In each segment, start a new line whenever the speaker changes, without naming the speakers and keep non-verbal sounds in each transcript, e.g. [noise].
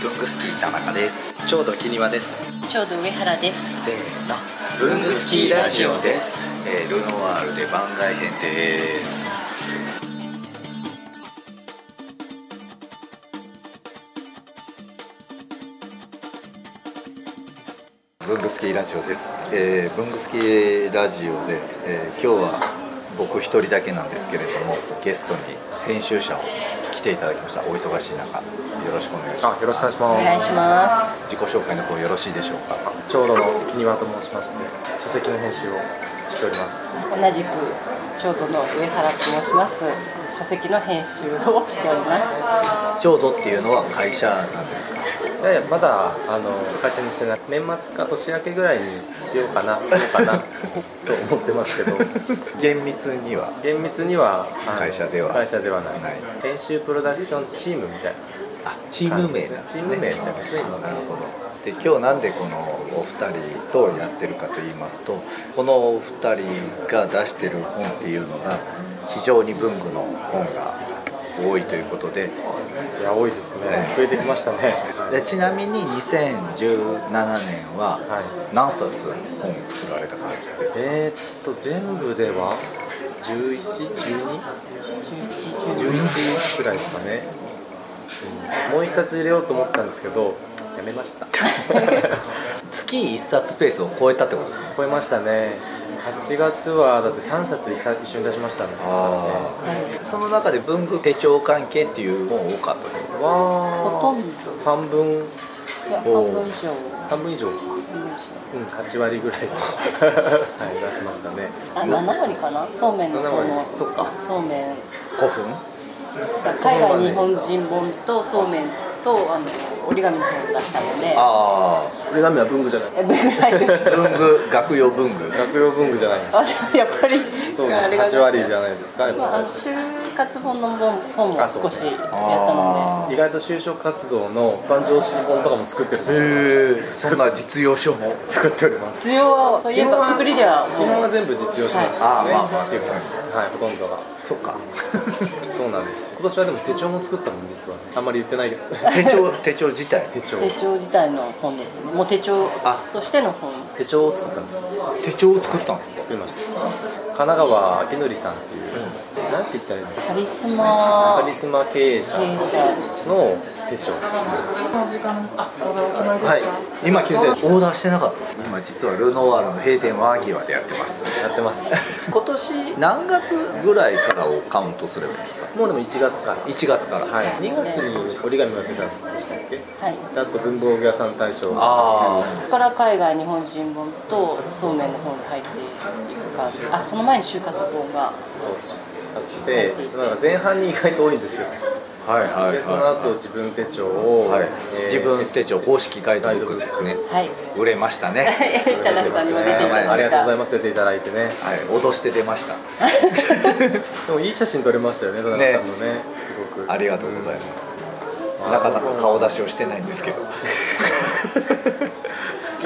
ブングスキー田中ですちょうど木庭です
ちょうど上原です。
せーのブングスキーラジオです、えー、ルノワールで番外編です
ブングスキーラジオです、えー、ブングスキーラジオで、えー今日は僕一人だけなんですけれどもゲストに編集者を来ていただきましたお忙しい中よろしくお願いし
あ
ます
よろしくお願いし
お願
ま
いします。
自己紹介の方よろしいでしょうか
すちょうどの木庭と申しまして書籍の編集をしております
同じくちょうどの上原と申します。書籍の編集をしております。
ちょうどっていうのは会社なんですか
でまだあの会社にしてない年末か年明けぐらいにしようかなどうか
[laughs]
なと思ってますけど
厳密には
厳密にはあの
会社では
会社ではない
ない
編集プロダクションチームみたいな
あチーム名なんですね
チーム名みたいですね今
なるほどで今日なんでこのお二人とやってるかと言いますとこのお二人が出してる本っていうのが非常に文具の本が多いということで
いや多いですね増えてきましたね
でちなみに2017年は
はい
何冊本を作られた感じですか
えー、っと全部では1112
11、
11くらいですかね、うんもう一冊入れようと思ったんですけどやめました
[laughs]
月1冊ペースを超えたってことですね
超えましたね8月はだって3冊一緒一緒に出しましたね
ああその中で文具手帳関係っていう本多かったです
わあ
ほとんど
半分
いや半
おー
分以上。
半分以上うん
半分以上
8割 [laughs] ぐらいはい出しましたね
あ、7割かなそうめんの
7
この
割そっか
そうめん
古墳
海外日本人本とそうめんとあの折り紙の本を出したので
あ
折り紙は文具じゃない
えぶぐらいで
あ文具学用文具
学用文具じゃない
あじゃあやっぱり
そうで
あれが
す8割じゃないですかやっ
まあ、あ
ぱ
の就活本の本本も
あそう
少
ね
しやったの
あ
り意外と就職活動の一般常識本とかも作ってるんですよ
へえそんな実用書も
作っております
で需要といえばくくりでは
基本
も
は
う
全部実用書なん
はい
ですよね、
あーまあまあ
っていうかはいほとんどが
そっ [laughs] か
そうなんですよ今年はでも手帳も作ったもん実はねあんまり言ってない
[laughs]
けど
手帳手帳自体
手帳
手帳自体の本ですよねもう手帳としての本
手帳を作ったんですよ
手帳を作ったんですか
作りました神奈川明則さんっていう、なんて言ったらいいの
カリスマ
カリスマ経営者
経営者
の手帳
はい今聞いてオーダーしてなかったです今実はルノワールの閉店間際でやってます
やってます
[laughs]
今年何月ぐらいからをカウントすればいいですか
もうでも1月から
1月から
はい2月に折り紙が出たんでしたっけ
はい
であと文房具屋さん大賞
あ
そこから海外日本人本とそうめんの本に入っていく感じあその前に就活本が
そうあってなんか前半に意外と多いんですよ
あはいはいはい
でその後自分手帳を、
はい
えー
自分手帳公式ガイドブックですね
[laughs] はい
売れましたね
田中さんにも出ていただいた
ありがとうございます出ていただいてね
[laughs] はい脅して出ました
でもいい写真撮れましたよね田中さんのねすごく
ありがとうございますなかなか顔出しをしてないんですけど [laughs]
い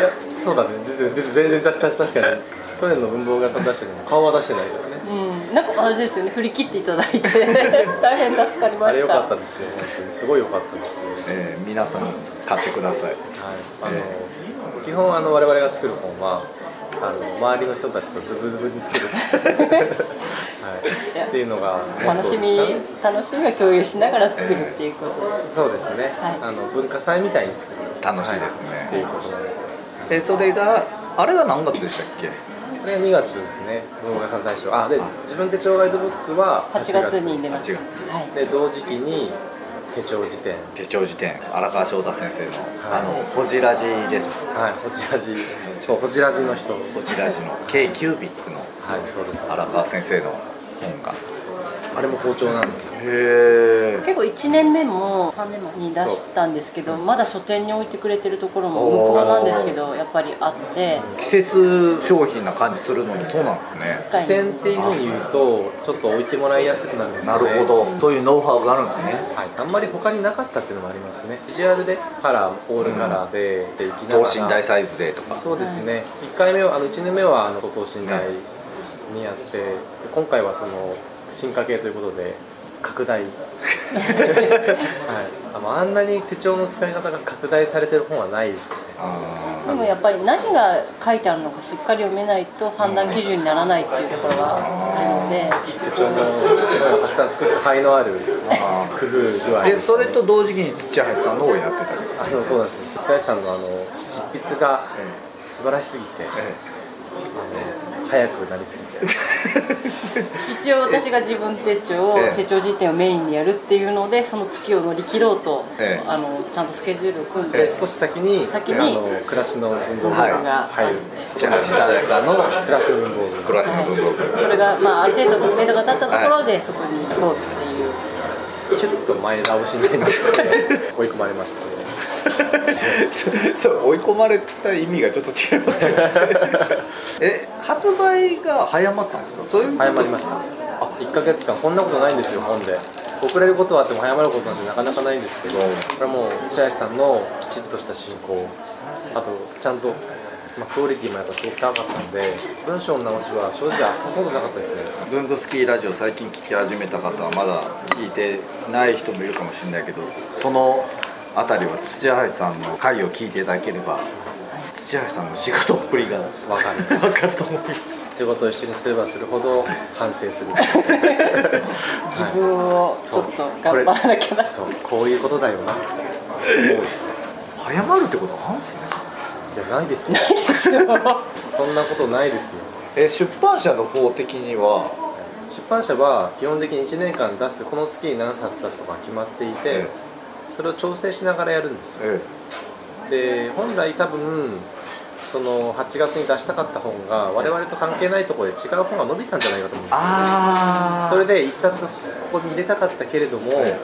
やそうだね出て出て全然出し出し確かに去年の文房具屋さん出したけど顔は出してないからね
うん、なんかあれですよね振り切っていただいて [laughs] 大変助かりま
あれ
し
良
た
かったですよ本当にすごい良かったですよ、はい
えー皆さん買ってください
あの基本あの我々が作る本はあの周りの人たちとズブズブに作る、はい、っていうのが
楽しみ
モットーですかね
楽しみを共有しながら作るっていうことです、
そうですね、
はい
あの文化祭みたいに作る
楽しいですね
はいっていうことなので
えそれがあれが何月でしたっけ
これは2月ですね文房具屋さん大賞あで
あ
自分手帳ガイドブックは
8月に出ました
8月
はい、
で同時期に手帳辞典
手帳辞典荒川翔太先生の、
は
あ
い
のホジラジです
はいホジラジそうホジラジの人はい
ホジラジの K キュービックの
そうです
荒川先生の本が
あれも好調なんですよ
へ
結構1年目も3年目に出したんですけどまだ書店に置いてくれてるところも向こうなんですけどやっぱりあって
季節商品な感じするのにそうなんですね
一回
辞典っていうふうに言うとちょっと置いてもらいやすくなるんです
な
よ
る
ね
ほどそういうノウハウがあるんですね
はい、あんまり他になかったっていうのもありますねビジュアルでカラーオールカラーで、でいきなが
等
ら
身大サイズでとか
そうですね、1回目はあの1年目はあの等身大にやって、今回はその進化系ということで拡大はいあのあんなに手帳の使い方が拡大されてる本はないですよね
あ
でもやっぱり何が書いてあるのかしっかり読めないと判断基準にならないっていうところはあるので
手帳もたくさん作って肺のある工夫具合
ーでそれと同時期に土橋さんのをやってたんです
あのそうなんですよ土橋さんのあの執筆が素晴らしすぎて、
え
あの早くなりすぎて
一応私が自分手帳を
ええ
手帳辞典をメインにやるっていうのでその月を乗り切ろうと、
ええ
あのちゃんとスケジュールを組んで、
で少し先に
先に
あの暮らしの運動部
はい
が入る、
え土橋さんの
暮らしの運動部
暮らしの文房具
これが、まあ、ある程度文明度が立ったところでそこに行こうっていう、
キュッと前倒しになりまして追い込まれましたね
[laughs] そう追い込まれた意味がちょっと違います [laughs] よねえ発売が早まったんですかそういうこと
早まりましたあ1か月間こんなことないんですよ本で遅れることはあっても早まることなんてなかなかないんですけどこれはもう白石さんのきちっとした進行あとちゃんと、まあ、クオリティもやっぱすごく高かったんで文章の直しは正直ほとんどなかったですね
文具スキーラジオ最近聞き始めた方はまだ聞いてない人もいるかもしれないけどそのあたりは土橋さんの回を聞いていただければ土橋さんの仕事っぷりが
わかる
分かると思います
仕事を一緒にすればするほど反省 [laughs] する
自分をちょっと頑張らなきゃな
そうこういうことだよなって思う
早まるってことあるんすね
いやないですよ
ですよ
そんなことないですよ
え出版社の方的には
出版社は基本的に1年間出すこの月に何冊出すとか決まっていて、
え
それを調整しながらやるんですよ
え
で本来多分その8月に出したかった本が我々と関係ないところで違う本が伸びたんじゃないかと思うんですよ
あ
それで1冊ここに入れたかったけれども、
え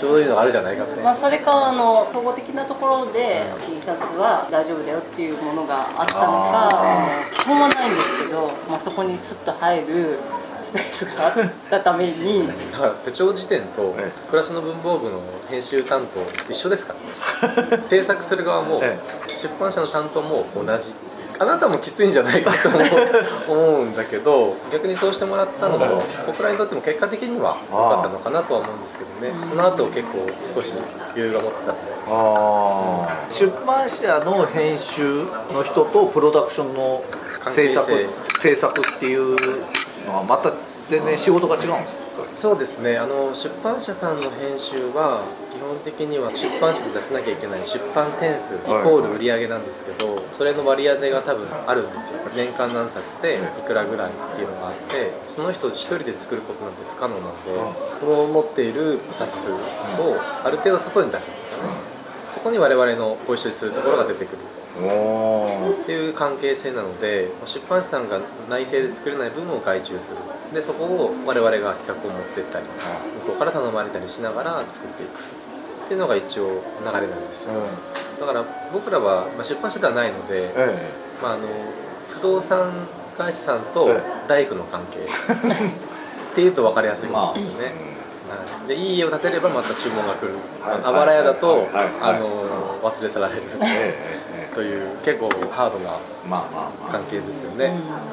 ちょうどいいのがあるじゃないかって、
まあそれかあの総合的なところで診察は大丈夫だよっていうものがあったのかあの基本はないんですけど、まあ、そこにスッと入る [laughs] スペースがあったために
だから手帳辞典と
え
暮らしの文房具の編集担当一緒ですから、ね、制作する側も
え
出版社の担当も同じあなたもきついんじゃないかと思う思うんだけど逆にそうしてもらったのも僕らにとっても結果的には良かったのかなとは思うんですけどねその後結構少し余裕が持ってたので
あー出版社の編集の人とプロダクションの制
関係
作制作っていうのはまた全然仕事が違うんですか
そうですねあの出版社さんの編集は基本的には出版社で出さなきゃいけない出版点数イコール売り上げなんですけど、それの割り当てが多分あるんですよ年間何冊でいくらぐらいっていうのがあってその人一人で作ることなんて不可能なんでその持っている冊数をある程度外に出すんですよねそこに我々のご一緒にするところが出てくる
おお
っていう関係性なので出版社さんが内製で作れない部分を外注するでそこを我々が企画を持ってったり向こうから頼まれたりしながら作っていくっていうのが一応流れなんですよだから僕らは、まあ、出版社ではないので、
え
まあ、あの不動産会社さんと
え
大工の関係っていうと分かりやすいかもしれないですよね、はいでいい家を建てればまた注文が来る、
はい
あばら屋だと、
はいはい
あの忘れ去られる
えええ
という結構ハードな
えまあまあま
関係ですよね、
うん
あ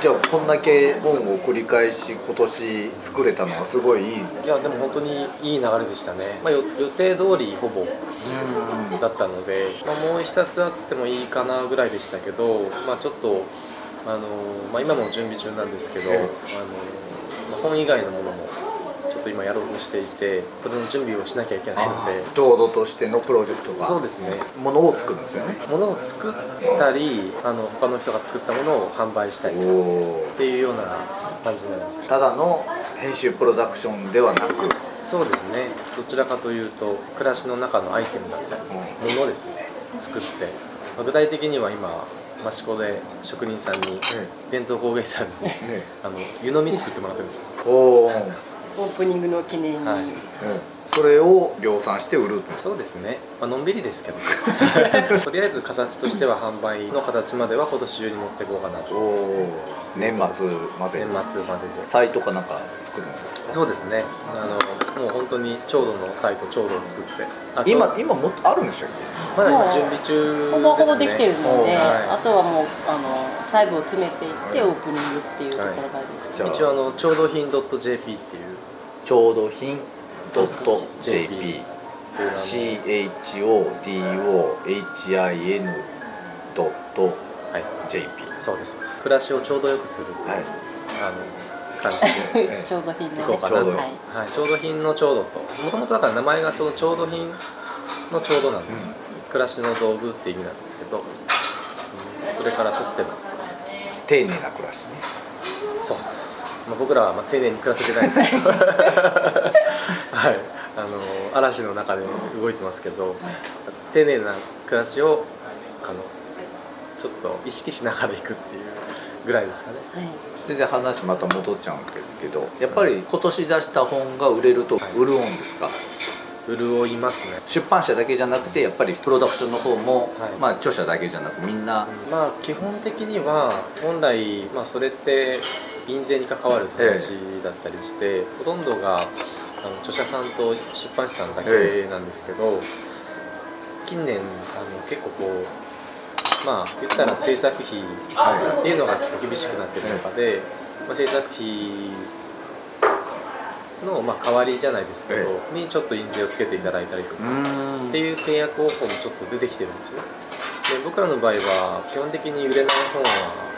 じゃあこんだけ本を繰り返し今年作れたのはすごいいい
いやでも本当にいい流れでしたね、まあ、よ予定通りほぼだったので、まあ、もう1冊あってもいいかなぐらいでしたけど、まあ、ちょっと、あのまあ、今も準備中なんですけど、あのまあ本以外のものもちょっと今やろうとしていてそれの準備をしなきゃいけないので
ちょうどとしてのプロジェクトが
そうですね
ものを作るんですよね
物を作ったりあの他の人が作ったものを販売したりっ
お
ていうような感じなんです
ただの編集プロダクションではなく
そうですねどちらかというと暮らしの中のアイテムだったりものですね作ってまあ具体的には今益子で職人さんに伝統工芸士さん
[laughs]
に
ね
あの湯飲み作ってもらってるんですよ
おお、
オープニングの記念に、
はい
それを量産して売る
そうですね、まあのんびりですけ
[laughs]
どとりあえず形としては販売の形までは今年中に持っていこうかなと
お年末まで
年末までで
サイトかなんか作るんですか
そうですねあのもう本当に調度のサイト調度を作ってあちょう
今今もっとあるんでしょ
まだ今準備中です、ね、
ほぼほぼできてるので、
はい
あとはもうあの細部を詰めていってオープニングっていうところまで、
じゃあ
一応あのちょうど品 .jp っていう
ちょうど品 .jp
という名前
chodohin.jp
はい、そうですそうです暮らしをちょうどよくするっていう、
はい
あの感じで
ええ
ちょうど品のね
行こうかな
ちょうど
はい
はい、ちょうど品のちょうどともともとだから名前がちょうどちょうど品のちょうどなんですよ、暮らしの道具って意味なんですけど、うんそれからとっても
丁寧な暮らしね
そうそうそうそう、まあ、僕らはまあ丁寧に暮らせてないですけど [laughs] はいあの嵐の中で動いてますけど丁寧な暮らしをあのちょっと意識しながら行くっていうぐらいですかね
はい
全然話また戻っちゃうんですけどやっぱり今年出した本が売れると
はい
売るんですか、
潤いますね
出版社だけじゃなくてやっぱりプロダクションの方も、
はい
まあ著者だけじゃなくみんな、
まあ基本的には本来、まあ、それって印税に関わる話だったりして、ほとんどがあの著者さんと出版社さんだけなんですけど、近年あの結構こうまあ言ったら制作費っていうのが結構厳しくなってる中で、まあ、制作費のまあ代わりじゃないですけど、にちょっと印税をつけていただいたりとか。
ーん
っていう契約方法もちょっと出てきてるんですねで僕らの場合は基本的に売れない本は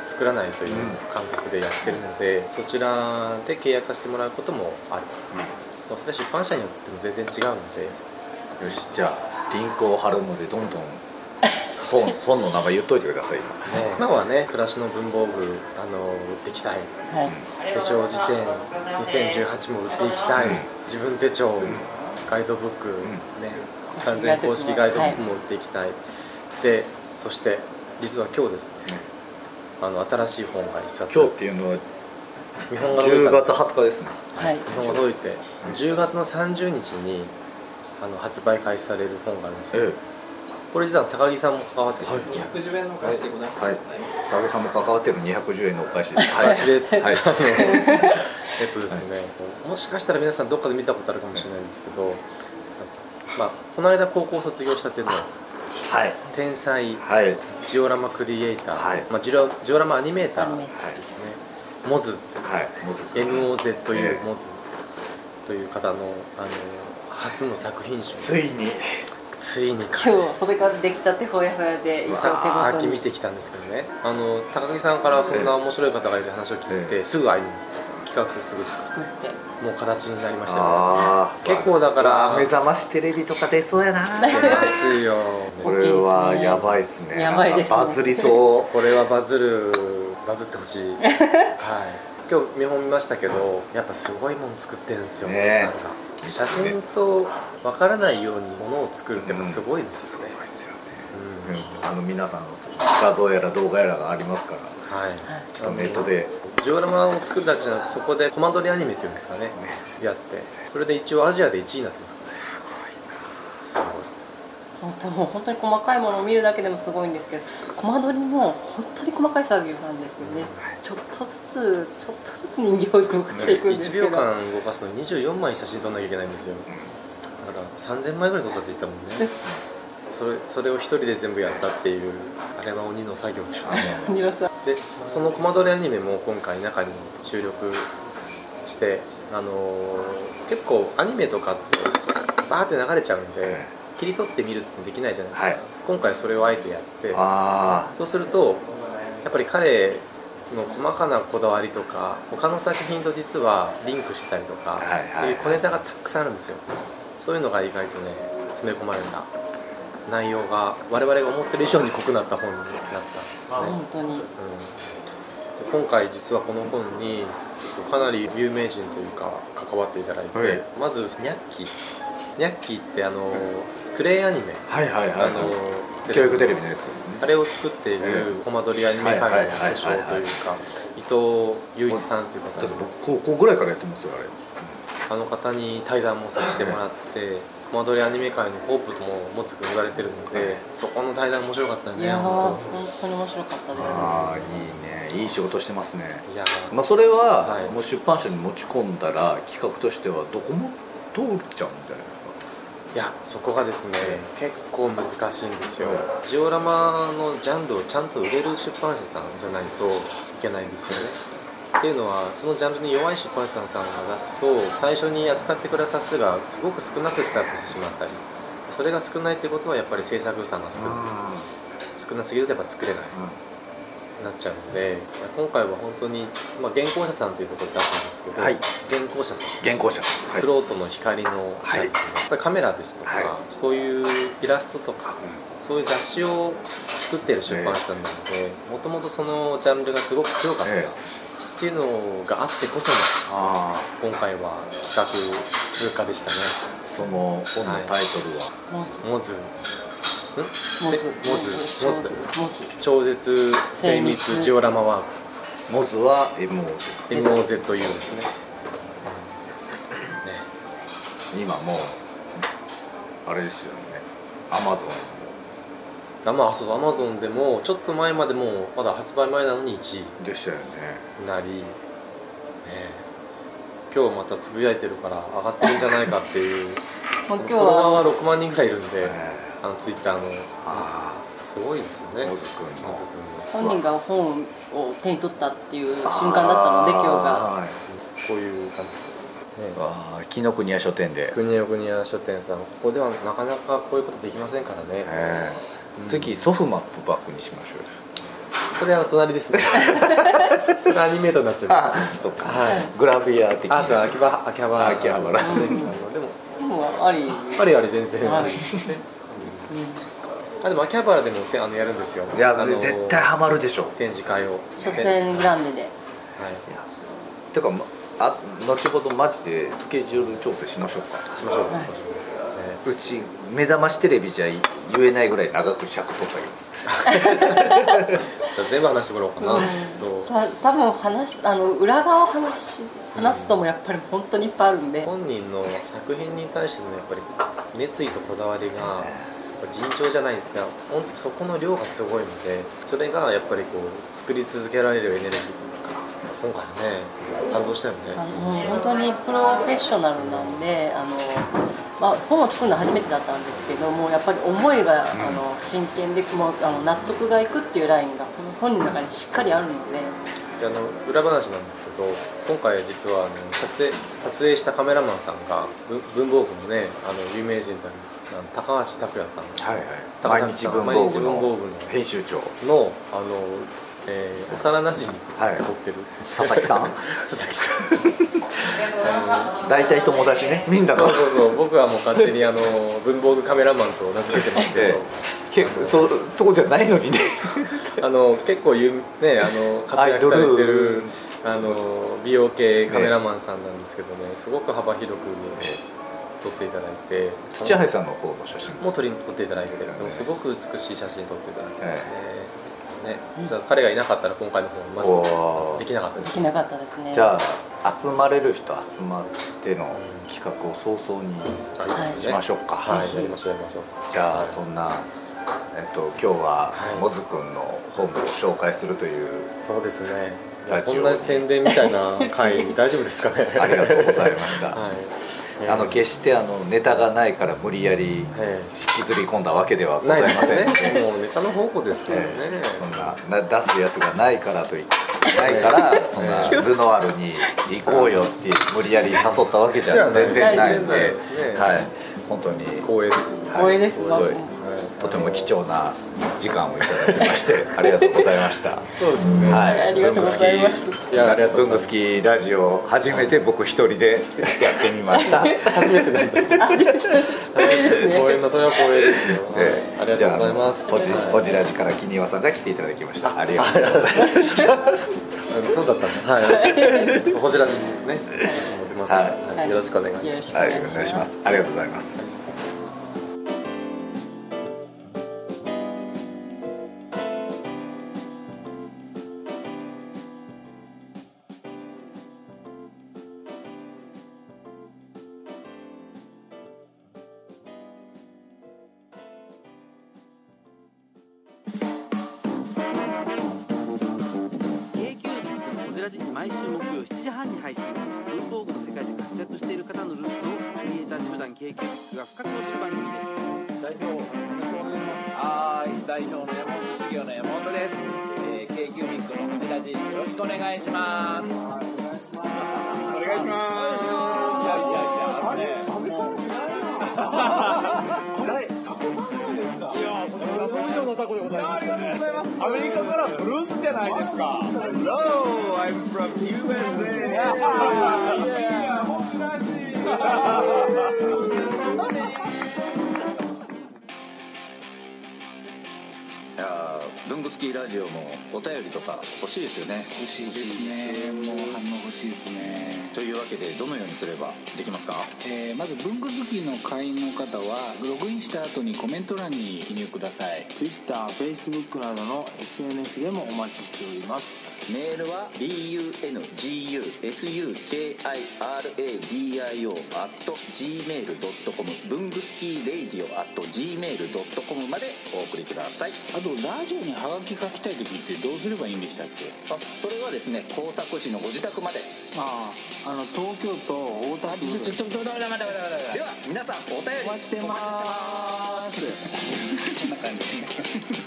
作らないという感覚でやってるので、そちらで契約させてもらうこともある、もうそれは出版社によっても全然違うので
よしじゃあリンクを貼るのでどんどん本本の名前言っといてください今
[laughs] 今はね暮らしの文房具あの売っていきたい
はい
手帳辞典2018も売っていきたい、自分手帳、ガイドブック、ね完全公式ガイドブックも売っていきたい、でそして実は今日ですね、あの新しい本が一冊
今日っていうのは
日本が届い
10
たんです
月20日ですね
はい
日本が届いて10月の30日にあの発売開始される本があるんですよ、これ実は高木さんも関わってるんですよ、
210円の貸してございます。
はい高木さんも関わってる210円のお返しです
開始です、
はい
あのえっとですね、もしかしたら皆さんどっかで見たことあるかもしれないんですけど、まあ、この間高校卒業したっていうのは
はい
天才
はい
ジオラマクリエイター、
はい
まあ、ジオラジオラマアニメータ
アニ
ー
メ
で
ーターです
すね、モズっていう
はいもうずく
MOZ とい
え
う
え
モズという方のあの初の作品集
ついに
ついに完成
今日それができたってほやほやで一応手
さっ
元
き見
に
てきたんですけどねあの高木さんからそんな面白い方がいる話を聞いて、すぐ会いに企画すぐ作っ
作って
てもう形になりましたよね
あー
結構だから
わあ目覚ましテレビとか出そうやな
出ますよ
これはやばいっすね
やばいですね
なんかバズりそ
これはバズるバズってほしいはい今日見本見ましたけどやっぱすごいもの作ってるんですよ、
ね
皆さんが写真と分からないようにものを作るってやっぱすごいですよね、
うですよね
うん
うんあの皆さんの画像やら動画やらがありますから
はい
はい
ちょっとネットで
ジオラマを作るだけじゃなくてそこでコマ撮りアニメっていうんですかねやってそれで一応アジアで1位になってますからねすごい
本当もう本当に細かいものを見るだけでもすごいんですけどコマ撮りも本当に細かい作業なんですよねちょっとずつちょっとずつ人形を動かしていくんですけ
1
ど
秒間動かすのに24枚写真撮んなきゃいけないんですよだから3000枚ぐらい撮ったって言ってたもんねそれそれを一人で全部やったっていうあれは鬼の作業だよね
皆さん
でそのコマ撮りアニメも今回中に収録してあのー結構アニメとかってバーって流れちゃうんで切り取って見るってできないじゃないですか、
はい
今回それをあえてやって
あ
そうするとやっぱり彼の細かなこだわりとか他の作品と実はリンクしてたりとか、
はいはいはい
っていう小ネタがたくさんあるんですよそういうのが意外とね詰め込まれた内容が我々が思ってる以上に濃くなった本になった、ね
本当に
うん、で今回実はこの本にかなり有名人というか関わっていただいて、
はい
まずニャッキーニャッキーってあのクレイアニメ、
あはいはい
あ
はい
の
教育テレビのやつ
あれを作っている
え
コマ撮りアニメ会の巨匠というか伊藤雄一さんという
だ
方
って
に
僕高校ぐらいからやってますよあれ
あの方に対談もさせてもらってコマ撮りアニメ界のホープとももつく言われてるの
え
でそこの対談面白かった
い
ね
やー
本
本当に面白かったです
ああいいねいい仕事してますね
当いや
まあそれ
は
はいもう出版社に持ち込んだら企画としてはどこも通っちゃうんじゃないですか
いやそこがですね結構難しいんですよ
え
ジオラマのジャンルをちゃんと売れる出版社さんじゃないといけないんですよねっていうのはそのジャンルに弱い出版社さんが出すと最初に扱ってくれた冊数がすごく少なくスタートしてしまったりそれが少ないってことはやっぱり制作予算が少ない少なすぎるとやっぱ作れない、なっちゃうので今回は本当に、まあ、原稿者さんというところで出すんですけど、
はい
原稿者さん
原稿者は
フロートの光の社ですね、やっぱりカメラですとか、
はい
そういうイラストとか、そういう雑誌を作っている出版社さんなのでもともとそのジャンルがすごく強かった、
ええ
っていうのがあってこそ
あ
の今回は企画通過でしたね
あその本のタイトルは、
モズ
モズん
モズ
えモズモズだよね
モズ
超絶精密ジオラマワーク
モズは MO
MOZU ですねね
今もうあれですよねアマゾン
あまあそうそうアマゾンでもちょっと前までもうまだ発売前なのに1位
でしたよね
になり、ねえ、今日またつぶやいてるから上がってるんじゃないかっていう
もう [laughs] 今日
フォロワ
は
ーは6万人ぐらいいるんで、
え
あのツイッターの
ーあ
すごいですよね
あモズ君の
まず
本人が本を手に取ったっていう瞬間だったので今日が
はい
こういう感じですねね
あー紀ノ国屋書店で、
国や国や書店さんここではなかなかこういうことできませんからね、
え
う
ー
ん
次ソフマップバックにしましょうよ
それあの隣です
[laughs]
ねそれアニメートになっちゃう
そっか、
はい
グラビア的
あそう
な
秋葉秋葉
秋葉
[laughs]
原
でも
本はあり
あれあれ全然
あり
あでも秋葉原でもてあのやるんですよ
いや、
あの
絶対ハマるでしょ
展示会を
初戦グランデで
はい
やてかまあ後ほどマジでスケジュール調整しましょうか
いしましょう、
はいう
ち目覚ましテレビじゃ言えないぐらい長く尺取ってあげます
じゃあ全部話してもらおうかな、そう
さ多分話しあの裏側を話し話すともやっぱり本当にいっぱいあるんで
本人の作品に対してのやっぱり熱意とこだわりが尋常じゃないってほんとそこの量がすごいのでそれがやっぱりこう作り続けられるエネルギーというか今回ね感動したよね
あの本当にプロフェッショナルなんであの、まあ、本を作るのは初めてだったんですけどもやっぱり思いが、あの真剣でもうあの納得がいくっていうラインが本人の中にしっかりあるので
であの裏話なんですけど今回実はあの撮影撮影したカメラマンさんが文文房具のねあの有名人たるあの高橋拓也さん
はい
高
はい
橋
毎日文
毎
房
日
具
文房
の
具の
編集長
のあの、えー幼なじみ
はい
って撮ってる、
[laughs] 佐々木さん
佐々木さんあ
大体友達ねみんな
の
が
そうそうそう僕はもう勝手にあの文房具カメラマンと名付けてますけ
え
ど
え結構そうそうじゃないのに [laughs] ね
あの結構有ねあの活躍されてるあの美容系カメラマンさんなんですけどね、すごく幅広く、撮っていただいて、
土橋さんの方の写真
もう撮り撮っていただいて、
です
で
よね
もすごく美しい写真撮っていただいてますね。ね、実は彼がいなかったら今回の方はマジで
お
で
ー
きなかったで
ですき。なかったですね
じゃあ集まれる人集まっての企画を早々に
あいいです
し
よね
ましょうか、
は
ぜ
い、
ひ
やりましょうやりましょう。
じゃあそんな、えっと、今日は
はい
モズくんの本を紹介するという
そうですね。い
ラ
や
ジ
こ
オ
んな宣伝みたいな回大丈夫ですかね。
[laughs] ありがとうございました
はい。
あの決してあのネタがないから無理やり引
え
きずり込んだわけでは
え
ござ
ないいで
ますせん
ね
ので、。
もうネタの宝庫ですからね。
ええそんなな出すやつがないからといってないからそんなルノワールに行こうよって無理やり誘ったわけじゃ全然 [laughs] ないんで、
ねえ
はい、本当に
光栄です。
はい
光栄です
ごい
はい
とても貴重な時間をいただきまして
[laughs]
ありがとうございました。
そうですね。
はい
ありがとうございます
いやありがとう
文
ご
具
ざ
好
い
きラジオ初めて僕一人でやってみま
[laughs]
した。
ます。初めてなんで。
初めて光栄ですね
光栄なそれは光栄ですよ。
えー
ありがとうございます。
じゃああのほじ
はい
ほじラジから金岩さんが来ていただきました。ありがとうございます。
あのそうだったんだ。
[laughs]
はい。そうほじらしにね。持ってますから。
はい
はいよろしくお願いし
よ
ま
ろ
す
し。く
はい、お願いします。ありがとうございます。
k q b のこじらじ毎週木曜7時半に配信文房具の世界で活躍している方のルーツをクリエイター集団 k q b が深く落ちる番組です代表お願いしますはーい代表の山本修行の山本です、えー、k q b のこじらじよろし
し
く
くお願いします
お願いします。いやいやいや、あれ、安倍さんじゃないな。誰、タコさんなんですか。いや、これ、タコ以上のタコでございます、ありがとうございます。アメリカからブルースじゃないですか。Hello, I'm from USA. いや、本当
いやー文具好きラジオもお便りとか欲しいですよね
欲しいですねもう反応欲しいですね
というわけでどのようにすればできますか
えーまず文具好きの会員の方はログインした後にコメント欄に記入ください
TwitterFacebook などの SNS でもお待ちしております
メールは bungusukiradio.gmail.com 文具スキーレイディオ at .gmail.com までお送りください
あとラジオにハガキ書きたい時ってどうすればいいんでしたっけ
あそれはですね工作士のご自宅まで
あああの東京都大田
あちょっと
区
ちょっとダメだダメだダメだダメだ
では皆さんお便り
お待ちしてま
お待ちしてます
す
こんな感じですね